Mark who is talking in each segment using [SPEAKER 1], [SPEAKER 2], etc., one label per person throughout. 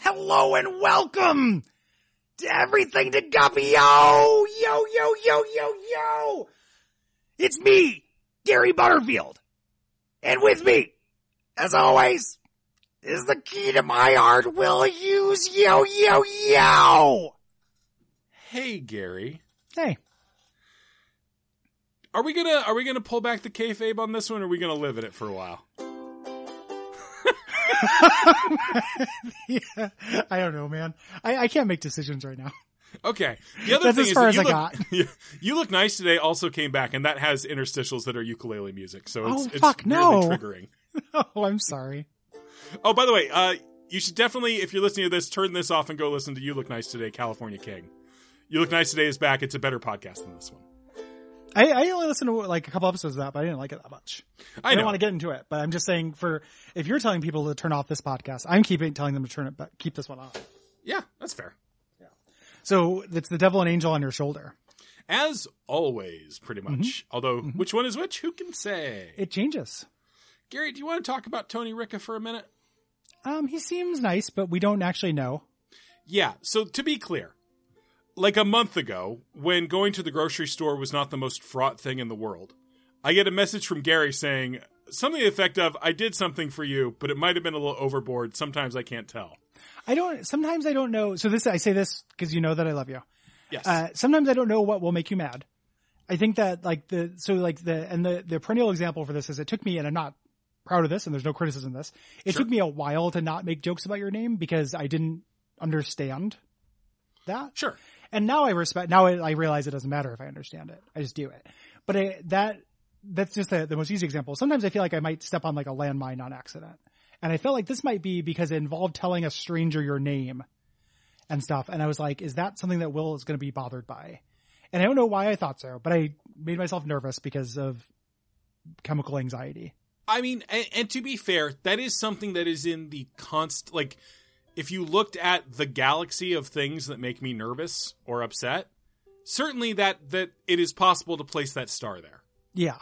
[SPEAKER 1] hello and welcome to everything to Guppy. Yo, yo, yo, yo, yo, yo. It's me, Gary Butterfield. And with me, as always, is the key to my heart, Will Hughes. Yo, yo, yo.
[SPEAKER 2] Hey, Gary.
[SPEAKER 1] Hey.
[SPEAKER 2] Are we gonna are we gonna pull back the kayfabe on this one? or Are we gonna live in it for a while?
[SPEAKER 3] yeah, I don't know, man. I, I can't make decisions right now.
[SPEAKER 2] Okay. The other
[SPEAKER 3] That's
[SPEAKER 2] thing
[SPEAKER 3] as
[SPEAKER 2] is
[SPEAKER 3] far
[SPEAKER 2] that
[SPEAKER 3] as
[SPEAKER 2] you
[SPEAKER 3] I
[SPEAKER 2] look,
[SPEAKER 3] got.
[SPEAKER 2] You, look nice today. Also came back, and that has interstitials that are ukulele music. So it's,
[SPEAKER 3] Oh,
[SPEAKER 2] it's
[SPEAKER 3] fuck, no.
[SPEAKER 2] weirdly triggering.
[SPEAKER 3] Oh, I'm sorry.
[SPEAKER 2] Oh, by the way, uh, you should definitely, if you're listening to this, turn this off and go listen to "You Look Nice Today," California King. "You Look Nice Today" is back. It's a better podcast than this one.
[SPEAKER 3] I, I only listened to like a couple episodes of that, but I didn't like it that much.
[SPEAKER 2] I,
[SPEAKER 3] I,
[SPEAKER 2] know.
[SPEAKER 3] don't want to get into it, but I'm just saying for if you're telling people to turn off this podcast, I'm keeping telling them to turn it back, keep this one on.
[SPEAKER 2] yeah, that's fair.
[SPEAKER 3] So it's the devil and angel on your shoulder.
[SPEAKER 2] As always, pretty
[SPEAKER 3] Mm-hmm.
[SPEAKER 2] much. Although, which one is which? Who can say?
[SPEAKER 3] It changes.
[SPEAKER 2] Gary, do you want to talk about Tony Ricca for a minute?
[SPEAKER 3] Um, he seems nice, but we don't actually know.
[SPEAKER 2] Yeah. So to be clear, like a month ago, when going to the grocery store was not the most fraught thing in the world, I get a message from Gary saying something to the effect of, I did something for you, but it might have been a little overboard. Sometimes I can't tell.
[SPEAKER 3] I don't, sometimes I don't know. So this, I say this because you know that I love you.
[SPEAKER 2] Yes.
[SPEAKER 3] Uh, sometimes I don't know what will make you mad. I think that like the, so like the, and the, the perennial example for this is it took me, and I'm not proud of this and there's no criticism of this. It
[SPEAKER 2] Sure.
[SPEAKER 3] took me a while to not make jokes about your name because I didn't understand that.
[SPEAKER 2] sure.
[SPEAKER 3] and now I respect. Now I, I realize it doesn't matter if I understand it. I just do it. But I, that that's just the, the most easy example. Sometimes I feel like I might step on like a landmine on accident, and I felt like this might be because it involved telling a stranger your name and stuff. And I was like, is that something that Will is going to be bothered by? And I don't know why I thought so, but I made myself nervous because of chemical anxiety.
[SPEAKER 2] I mean, and, and to be fair, that is something that is in the const. Like, if you looked at the galaxy of things that make me nervous or upset, certainly that that it is possible to place that star there
[SPEAKER 3] Yeah.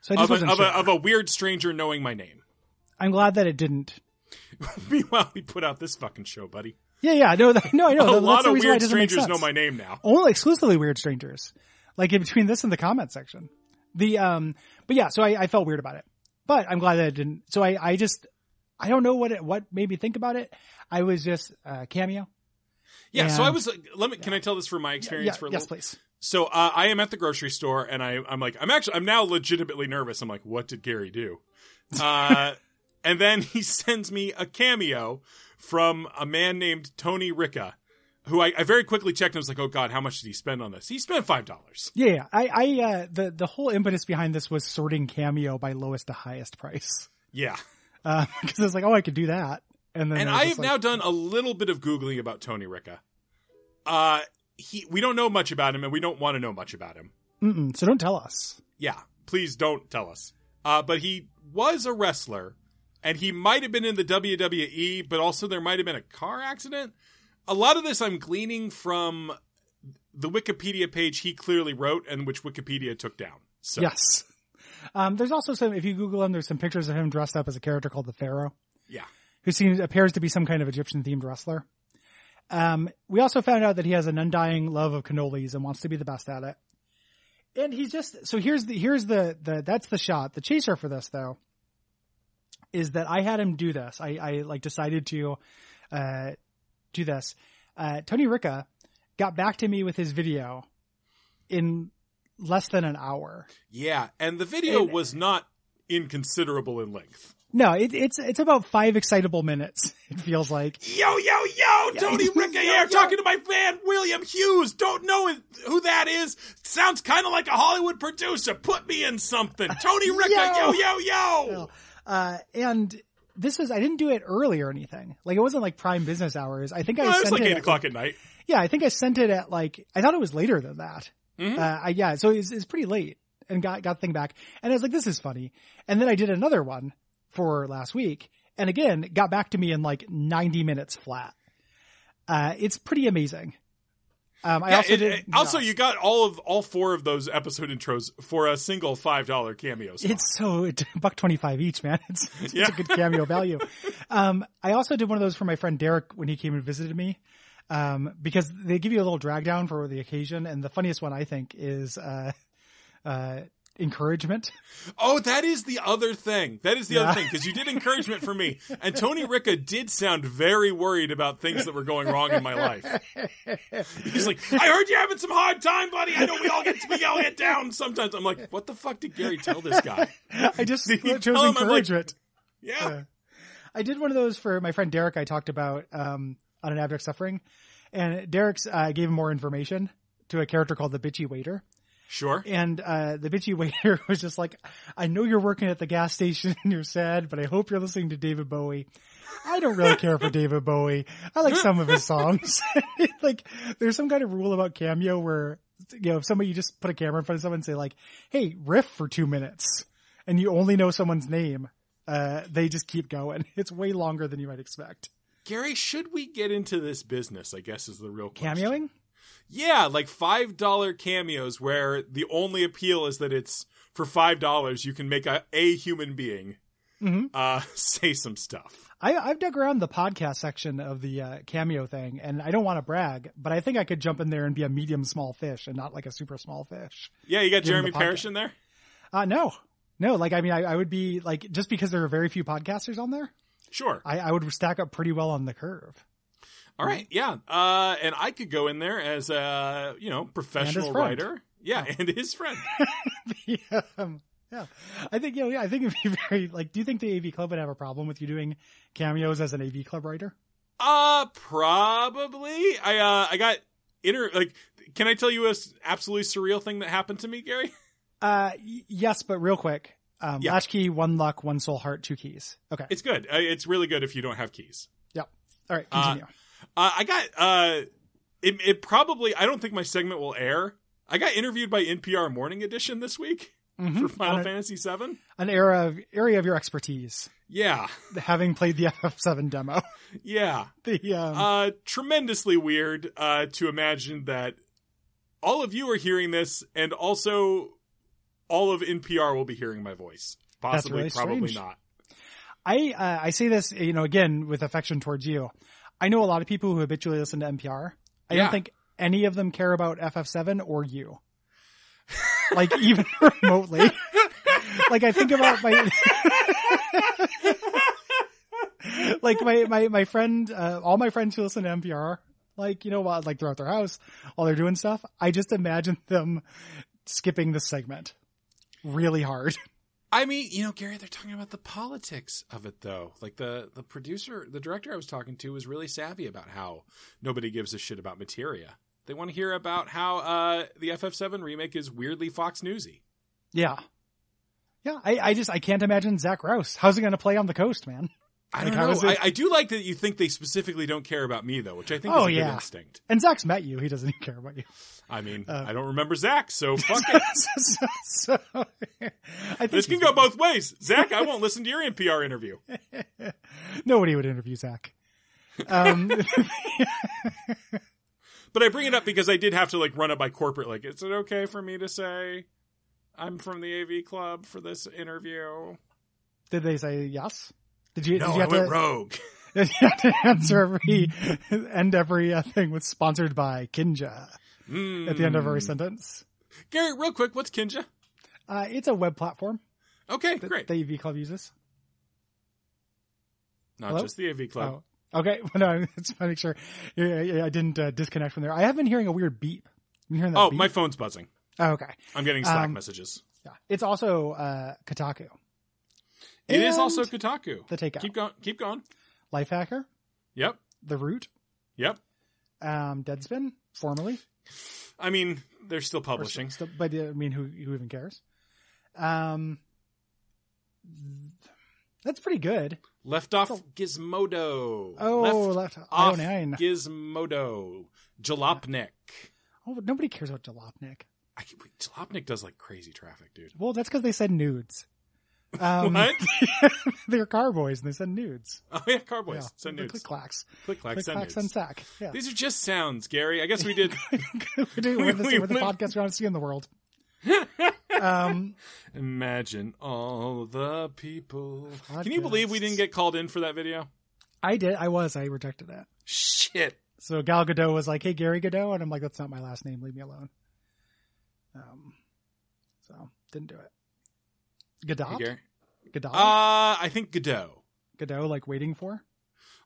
[SPEAKER 3] So I just
[SPEAKER 2] of a,
[SPEAKER 3] wasn't
[SPEAKER 2] of,
[SPEAKER 3] sure.
[SPEAKER 2] a, of a weird stranger knowing my name.
[SPEAKER 3] I'm glad that it didn't.
[SPEAKER 2] Meanwhile, we put out this fucking show, buddy.
[SPEAKER 3] Yeah, yeah, no, that, no, I know.
[SPEAKER 2] a
[SPEAKER 3] That's
[SPEAKER 2] lot
[SPEAKER 3] the
[SPEAKER 2] of
[SPEAKER 3] reason why it
[SPEAKER 2] weird
[SPEAKER 3] doesn't make
[SPEAKER 2] strangers know
[SPEAKER 3] sense.
[SPEAKER 2] my name now.
[SPEAKER 3] only exclusively weird strangers like in between this and the comment section the um but yeah so i, I felt weird about it but i'm glad that i didn't so i i just i don't know what it what made me think about it i was just uh cameo
[SPEAKER 2] Yeah, so I
[SPEAKER 3] And-
[SPEAKER 2] was. like, Let me. Can I tell this from my experience
[SPEAKER 3] yeah,
[SPEAKER 2] for a
[SPEAKER 3] yes
[SPEAKER 2] little?
[SPEAKER 3] please
[SPEAKER 2] So uh, I am at the grocery store, and I, I'm like, I'm actually, I'm now legitimately nervous. I'm like, what did Gary do? Uh, and then he sends me a cameo from a man named Tony Ricca, who I, I very quickly checked. and was like, oh god, how much did he spend on this? He spent five dollars.
[SPEAKER 3] yeah, yeah. i i uh the the whole impetus behind this was sorting cameo by lowest to highest price
[SPEAKER 2] Yeah.
[SPEAKER 3] uh because i was like oh i could do that and then
[SPEAKER 2] and
[SPEAKER 3] was
[SPEAKER 2] I
[SPEAKER 3] just
[SPEAKER 2] have
[SPEAKER 3] like,
[SPEAKER 2] now done a little bit of googling about Tony Ricca. Uh, he we don't know much about him, and we don't want to know much about him.
[SPEAKER 3] Mm-mm, so don't tell us
[SPEAKER 2] Yeah, please don't tell us. Uh, but he was a wrestler, and he might have been in the WWE, but also there might have been a car accident. A lot of this I'm gleaning from the Wikipedia page he clearly wrote, and which Wikipedia took down. So
[SPEAKER 3] yes um there's also some if you google him there's some pictures of him dressed up as a character called the pharaoh
[SPEAKER 2] yeah,
[SPEAKER 3] who seems appears to be some kind of Egyptian themed wrestler. Um, we also found out that he has an undying love of cannolis and wants to be the best at it. And he's just so here's the here's the the that's the shot. The chaser for this though is that I had him do this. I I like decided to uh do this. Uh Tony Ricca got back to me with his video in less than an hour.
[SPEAKER 2] yeah. And the video
[SPEAKER 3] And-
[SPEAKER 2] was not inconsiderable in length.
[SPEAKER 3] No, it, it's it's about five excitable minutes. It feels like
[SPEAKER 2] Yo, yo, yo, Tony Ricca
[SPEAKER 3] Yo,
[SPEAKER 2] here,
[SPEAKER 3] yo.
[SPEAKER 2] talking to my fan William Hughes. Don't know who that is. Sounds kind of like a Hollywood producer. Put me in something. Tony Ricca, yo,
[SPEAKER 3] Yo.
[SPEAKER 2] yo, yo.
[SPEAKER 3] Well, Uh, and this is I didn't do it early or anything. Like it wasn't like prime business hours. I think I
[SPEAKER 2] Well, it
[SPEAKER 3] sent
[SPEAKER 2] was Oh, like
[SPEAKER 3] it
[SPEAKER 2] 8
[SPEAKER 3] at-
[SPEAKER 2] o'clock at night.
[SPEAKER 3] Yeah, I think I sent it at like I thought it was later than that.
[SPEAKER 2] Mhm.
[SPEAKER 3] Uh, I, yeah, so it's it's pretty late and got got the thing back. And I was like, this is funny. And then I did another one for last week, and again got back to me in like ninety minutes flat. Uh, it's pretty amazing. Um, I
[SPEAKER 2] Yeah,
[SPEAKER 3] also
[SPEAKER 2] it-
[SPEAKER 3] did.
[SPEAKER 2] it- also,
[SPEAKER 3] yeah.
[SPEAKER 2] you got all of all four of those episode intros for a single five dollar cameo. Spot.
[SPEAKER 3] It's so it, buck twenty five each, man. It's, it's
[SPEAKER 2] Yeah.
[SPEAKER 3] a good cameo value. um, I also did one of those for my friend Derek when he came and visited me, um, because they give you a little drag down for the occasion. And the funniest one I think is uh, uh, encouragement.
[SPEAKER 2] Oh, that is the other thing. That is the
[SPEAKER 3] Yeah.
[SPEAKER 2] other thing because you did encouragement for me, and Tony Ricca did sound very worried about things that were going wrong in my life. He's like, "I heard you having some hard time, buddy. I know we all get we all get down sometimes." I'm like, "What the fuck did Gary tell this guy?"
[SPEAKER 3] I just
[SPEAKER 2] Did you
[SPEAKER 3] chose
[SPEAKER 2] tell him? I'm like-
[SPEAKER 3] encouragement.
[SPEAKER 2] Yeah,
[SPEAKER 3] Yeah. I did one of those for my friend Derek. I talked about um, on an abject suffering, and Derek's uh, gave him more information to a character called the bitchy waiter.
[SPEAKER 2] sure.
[SPEAKER 3] And uh, the bitchy waiter was just like, I know you're working at the gas station and you're sad, but I hope you're listening to David Bowie. I don't really care for David Bowie. I like some of his songs. like, there's some kind of rule about cameo where, you know, if somebody, you just put a camera in front of someone and say like, hey, riff for two minutes and you only know someone's name. Uh, they just keep going. It's way longer than you might expect.
[SPEAKER 2] Gary, should we get into this business? I guess is the real question.
[SPEAKER 3] Cameoing?
[SPEAKER 2] Yeah, like five dollar cameos where the only appeal is that it's for five dollars you can make a, a human being
[SPEAKER 3] Mhm.
[SPEAKER 2] uh, say some stuff.
[SPEAKER 3] I, I've dug around the podcast section of the uh, cameo thing, and I don't want to brag, but I think I could jump in there and be a medium small fish and not like a super small fish.
[SPEAKER 2] Yeah, you got
[SPEAKER 3] Give him
[SPEAKER 2] Jeremy
[SPEAKER 3] the
[SPEAKER 2] Parrish
[SPEAKER 3] podcast.
[SPEAKER 2] in there.
[SPEAKER 3] Uh, no, no, like I mean, I, I would be like just because there are very few podcasters on there,
[SPEAKER 2] Sure.
[SPEAKER 3] I, I would stack up pretty well on the curve.
[SPEAKER 2] All right. Yeah. Uh, and I could go in there as a you know professional
[SPEAKER 3] friend.
[SPEAKER 2] writer. Yeah, and his friend.
[SPEAKER 3] yeah, um, yeah, I think you know, yeah, I think it'd be very like. Do you think the AV Club would have a problem with you doing cameos as an AV Club writer?
[SPEAKER 2] Uh, probably. I uh, I got inter. Like, can I tell you a s- absolutely surreal thing that happened to me, Gary?
[SPEAKER 3] Uh, y- yes, but real quick, um,
[SPEAKER 2] Yeah.
[SPEAKER 3] latchkey, one luck, one soul, heart, two keys. Okay,
[SPEAKER 2] It's good. Uh, It's really good if you don't have keys.
[SPEAKER 3] all right,
[SPEAKER 2] Uh,
[SPEAKER 3] continue.
[SPEAKER 2] Uh, I got uh, it, it probably. I don't think my segment will air. I got interviewed by NPR Morning Edition this week
[SPEAKER 3] Mhm.
[SPEAKER 2] for Final
[SPEAKER 3] On a-
[SPEAKER 2] Fantasy VII.
[SPEAKER 3] an era of, area of your expertise,
[SPEAKER 2] Yeah,
[SPEAKER 3] having played the FF7 demo.
[SPEAKER 2] yeah.
[SPEAKER 3] The um,
[SPEAKER 2] Uh, tremendously weird uh, to imagine that all of you are hearing this, and also all of NPR will be hearing my voice. Possibly,
[SPEAKER 3] really
[SPEAKER 2] probably
[SPEAKER 3] strange.
[SPEAKER 2] not.
[SPEAKER 3] I uh, I say this, you know, again with affection towards you. I know a lot of people who habitually listen to NPR. I
[SPEAKER 2] Yeah.
[SPEAKER 3] don't think any of them care about FF7 or you, like even remotely. like I think about my. like my my my friend, uh, all my friends who listen to NPR, like you know, while like throughout their house, while they're doing stuff, I just imagine them skipping the segment really hard.
[SPEAKER 2] I mean, you know, Gary, they're talking about the politics of it, though. Like the the producer, the director I was talking to was really savvy about how nobody gives a shit about materia. They want to hear about how uh, the FF7 remake is weirdly Fox Newsy.
[SPEAKER 3] Yeah. Yeah, I, I just I can't imagine Zach Rouse. How's he going to play on the coast, man?
[SPEAKER 2] I
[SPEAKER 3] Like,
[SPEAKER 2] don't
[SPEAKER 3] how is
[SPEAKER 2] know. I,
[SPEAKER 3] it-
[SPEAKER 2] I do like that you think they specifically don't care about me, though, which I think
[SPEAKER 3] Oh,
[SPEAKER 2] is a good
[SPEAKER 3] yeah.
[SPEAKER 2] instinct.
[SPEAKER 3] And Zach's met you; he doesn't even care about you.
[SPEAKER 2] I mean,
[SPEAKER 3] Uh,
[SPEAKER 2] I don't remember Zach, so fuck it.
[SPEAKER 3] so, so- I think
[SPEAKER 2] This can go both ways. Zach, I won't listen to your NPR interview.
[SPEAKER 3] Nobody would interview Zach. Um,
[SPEAKER 2] But I bring it up because I did have to like run it by corporate. Like, is it okay for me to say I'm from the AV Club for this interview?
[SPEAKER 3] did they say yes? Did you? did
[SPEAKER 2] No,
[SPEAKER 3] you
[SPEAKER 2] I
[SPEAKER 3] have
[SPEAKER 2] went
[SPEAKER 3] to,
[SPEAKER 2] rogue.
[SPEAKER 3] did you have to answer every end every uh, thing with sponsored by Kinja
[SPEAKER 2] Mm.
[SPEAKER 3] at the end of every sentence?
[SPEAKER 2] Hmm. Gary, real quick, what's Kinja?
[SPEAKER 3] Uh, it's a web platform
[SPEAKER 2] Okay,
[SPEAKER 3] that
[SPEAKER 2] great.
[SPEAKER 3] the EV Club uses.
[SPEAKER 2] Not
[SPEAKER 3] hello?
[SPEAKER 2] just the AV Club.
[SPEAKER 3] Oh, okay. Well, no, I just want to make sure yeah, yeah, I didn't uh, disconnect from there. I have been hearing a weird beep. I'm hearing that.
[SPEAKER 2] Oh,
[SPEAKER 3] beep.
[SPEAKER 2] my phone's buzzing.
[SPEAKER 3] Oh, okay.
[SPEAKER 2] I'm getting Slack
[SPEAKER 3] Um,
[SPEAKER 2] messages.
[SPEAKER 3] Yeah. It's also uh, Kotaku.
[SPEAKER 2] It is
[SPEAKER 3] and
[SPEAKER 2] also Kotaku.
[SPEAKER 3] the takeout.
[SPEAKER 2] Keep going. Keep going.
[SPEAKER 3] Lifehacker,
[SPEAKER 2] Yep.
[SPEAKER 3] The Root,
[SPEAKER 2] Yep.
[SPEAKER 3] um, Deadspin, formerly.
[SPEAKER 2] I mean, they're still
[SPEAKER 3] Or
[SPEAKER 2] publishing.
[SPEAKER 3] st- st- but uh, I mean, who who even cares? Um, that's pretty good.
[SPEAKER 2] Left off Gizmodo.
[SPEAKER 3] Oh,
[SPEAKER 2] Left
[SPEAKER 3] left,
[SPEAKER 2] off
[SPEAKER 3] oh nine.
[SPEAKER 2] Gizmodo. Jalopnik.
[SPEAKER 3] Oh, but nobody cares about Jalopnik.
[SPEAKER 2] I can, wait, Jalopnik does like crazy traffic, dude.
[SPEAKER 3] Well, that's because they said nudes. Um,
[SPEAKER 2] what?
[SPEAKER 3] they're carboys and they send nudes.
[SPEAKER 2] Oh yeah, Carboys.
[SPEAKER 3] Yeah,
[SPEAKER 2] send
[SPEAKER 3] they're
[SPEAKER 2] nudes.
[SPEAKER 3] Click clacks.
[SPEAKER 2] Click clack.
[SPEAKER 3] Click
[SPEAKER 2] Send
[SPEAKER 3] clacks
[SPEAKER 2] nudes.
[SPEAKER 3] and sack. Yeah.
[SPEAKER 2] These are just sounds, Gary. I guess we did.
[SPEAKER 3] we're doing we're the,
[SPEAKER 2] we
[SPEAKER 3] we're the
[SPEAKER 2] live-
[SPEAKER 3] podcast we want to see in the world. um,
[SPEAKER 2] Imagine all the people. Can
[SPEAKER 3] Podcasts.
[SPEAKER 2] you believe we didn't get called in for that video?
[SPEAKER 3] I did. I was. I rejected it.
[SPEAKER 2] Shit.
[SPEAKER 3] So Gal Gadot was like, "Hey, Gary Gadot," and I'm like, "That's not my last name. Leave me alone." Um, so didn't do it.
[SPEAKER 2] Hey,
[SPEAKER 3] Gadot,
[SPEAKER 2] Gary.
[SPEAKER 3] Gadot,
[SPEAKER 2] Uh, I think Godot.
[SPEAKER 3] Gadot, like waiting for,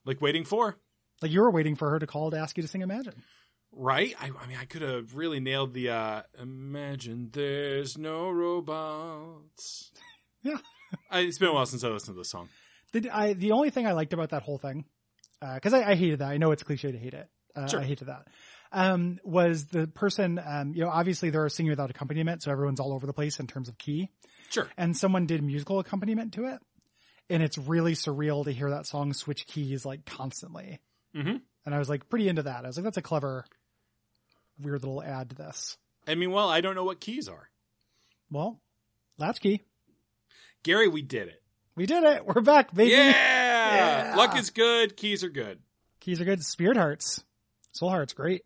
[SPEAKER 2] Like waiting for.
[SPEAKER 3] like you were waiting for her to call to ask you to sing Imagine.
[SPEAKER 2] Right? I, I mean, I could have really nailed the uh, imagine there's no robots.
[SPEAKER 3] Yeah.
[SPEAKER 2] I, it's been a while since I listened to this song.
[SPEAKER 3] The, I, the only thing I liked about that whole thing, because I, I hated that. I know it's cliche to hate it. Uh,
[SPEAKER 2] Sure.
[SPEAKER 3] I hated that. Um, was the person, um, you know, obviously they're singing without accompaniment, so everyone's all over the place in terms of key.
[SPEAKER 2] Sure.
[SPEAKER 3] And someone did musical accompaniment to it, and it's really surreal to hear that song switch keys like constantly.
[SPEAKER 2] Mhm.
[SPEAKER 3] And I was like pretty into that. I was like, that's a clever, weird little add to this.
[SPEAKER 2] I mean, well, I don't know what keys are.
[SPEAKER 3] Well, latchkey,
[SPEAKER 2] Gary, we did it.
[SPEAKER 3] we did it. We're back, baby.
[SPEAKER 2] Yeah!
[SPEAKER 3] Yeah.
[SPEAKER 2] Luck is good. Keys are good.
[SPEAKER 3] Keys are good. Spirit hearts, soul hearts, great.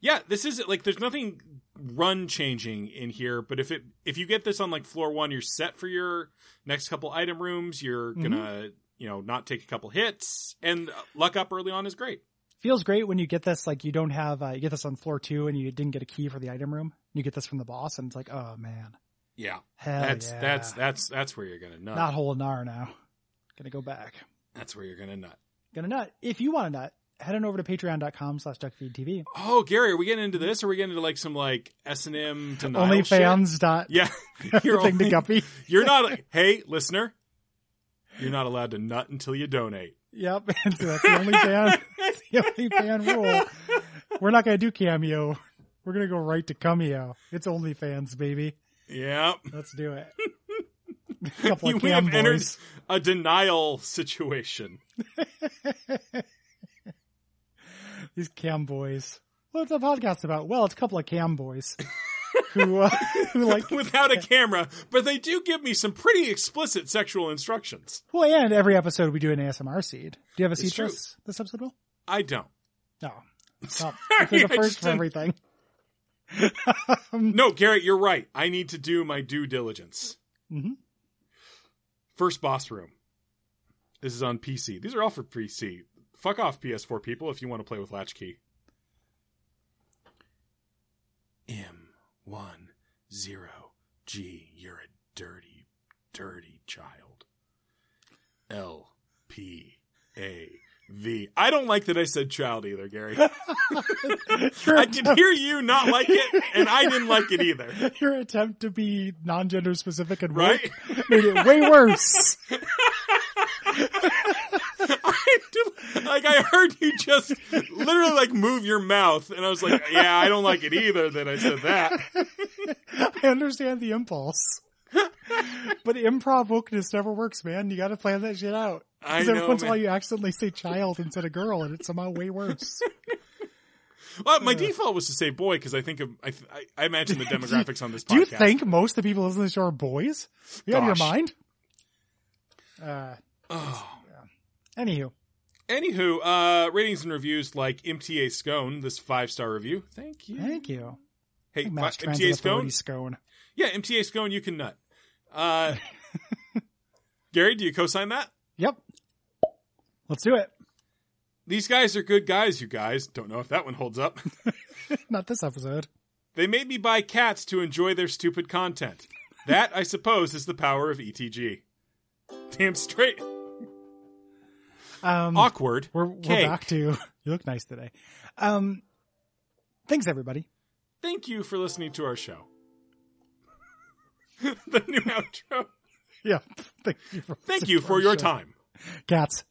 [SPEAKER 2] Yeah, this is like there's nothing run changing in here, but if it if you get this on like floor 1, you're set for your next couple item rooms. You're
[SPEAKER 3] Mhm.
[SPEAKER 2] going to, you know, not take a couple hits and uh, luck up early on is great.
[SPEAKER 3] feels great when you get this like you don't have uh, you get this on floor two and you didn't get a key for the item room you get this from the boss and it's like oh man
[SPEAKER 2] Yeah.
[SPEAKER 3] hell
[SPEAKER 2] That's
[SPEAKER 3] yeah.
[SPEAKER 2] that's that's that's where you're going to nut.
[SPEAKER 3] not whole nar now gonna go back
[SPEAKER 2] That's where you're gonna nut.
[SPEAKER 3] gonna nut if you want to nut head on over to patreon.com slash duckfeedtv
[SPEAKER 2] Oh, Gary, are we getting into this? Or are we getting into like some like S and M denial?
[SPEAKER 3] only
[SPEAKER 2] shit?
[SPEAKER 3] fans dot
[SPEAKER 2] Yeah, you're
[SPEAKER 3] everything to
[SPEAKER 2] only-
[SPEAKER 3] guppy
[SPEAKER 2] You're not. Hey, listener, you're not allowed to nut until you donate.
[SPEAKER 3] yep and so that's the only fan the only fan rule we're not gonna do cameo we're gonna go right to cameo it's only fans baby
[SPEAKER 2] Yep,
[SPEAKER 3] let's do it a couple
[SPEAKER 2] You-
[SPEAKER 3] of
[SPEAKER 2] we
[SPEAKER 3] cam
[SPEAKER 2] have entered-
[SPEAKER 3] boys.
[SPEAKER 2] a denial situation.
[SPEAKER 3] These cam boys. What's the podcast about? Well, it's a couple of cam boys who, uh, who like,
[SPEAKER 2] Without a camera, but they do give me some pretty explicit sexual instructions.
[SPEAKER 3] well, and every episode we do an ASMR seed. Do you have a seed
[SPEAKER 2] true.
[SPEAKER 3] for us this episode, Will?
[SPEAKER 2] I don't.
[SPEAKER 3] No. No.
[SPEAKER 2] Sorry,
[SPEAKER 3] You're
[SPEAKER 2] I
[SPEAKER 3] the
[SPEAKER 2] just
[SPEAKER 3] first for
[SPEAKER 2] didn't-
[SPEAKER 3] everything.
[SPEAKER 2] No, Garrett, you're right. I need to do my due diligence.
[SPEAKER 3] Mhm.
[SPEAKER 2] First boss room. This is on PC. These are all for PC. Fuck off, PS4 people, if you want to play with Latchkey. M10G, you're a dirty, dirty child. L P A V. I don't like that I said child either, Gary.
[SPEAKER 3] Your
[SPEAKER 2] I could
[SPEAKER 3] attempt-
[SPEAKER 2] hear you not like it, and I didn't like it either.
[SPEAKER 3] Your attempt to be non-gender specific and
[SPEAKER 2] Right?
[SPEAKER 3] woke made it way worse.
[SPEAKER 2] I do- like I heard you just literally like move your mouth, and I was like, "Yeah, I don't like it either." That I said that.
[SPEAKER 3] I understand the impulse. but improv wokeness never works, man. You gotta plan that shit out.
[SPEAKER 2] I
[SPEAKER 3] Because
[SPEAKER 2] know.
[SPEAKER 3] every once in a
[SPEAKER 2] man.
[SPEAKER 3] while you accidentally say child instead of girl, and it's somehow way worse.
[SPEAKER 2] well, my default was to say boy because I think of, I, th- I I imagine the demographics on this podcast.
[SPEAKER 3] Do you think most of the people listening to the show are boys? You out of your
[SPEAKER 2] Gosh.
[SPEAKER 3] mind? Uh,
[SPEAKER 2] Oh.
[SPEAKER 3] anywho,
[SPEAKER 2] Anywho, uh, ratings and reviews like MTA Scone, this five star review. Thank you.
[SPEAKER 3] thank you.
[SPEAKER 2] Hey, fi-
[SPEAKER 3] Mass
[SPEAKER 2] MTA
[SPEAKER 3] Transit
[SPEAKER 2] Scone.
[SPEAKER 3] Authority scone.
[SPEAKER 2] Yeah, MTA Scone, you can nut. Uh, Gary, do you co-sign that?
[SPEAKER 3] Yep. Let's do it.
[SPEAKER 2] These guys are good guys, you guys. Don't know if that one holds up.
[SPEAKER 3] Not this episode.
[SPEAKER 2] They made me buy cats to enjoy their stupid content. That, I suppose, is the power of ETG. Damn straight.
[SPEAKER 3] Um,
[SPEAKER 2] Awkward.
[SPEAKER 3] we're we're
[SPEAKER 2] Cake.
[SPEAKER 3] back to you look nice today. Um, thanks everybody.
[SPEAKER 2] Thank you for listening to our show. the new outro.
[SPEAKER 3] Yeah, thank you. For
[SPEAKER 2] Thank
[SPEAKER 3] listening
[SPEAKER 2] you
[SPEAKER 3] to
[SPEAKER 2] for
[SPEAKER 3] our
[SPEAKER 2] your
[SPEAKER 3] show.
[SPEAKER 2] time.
[SPEAKER 3] Cats.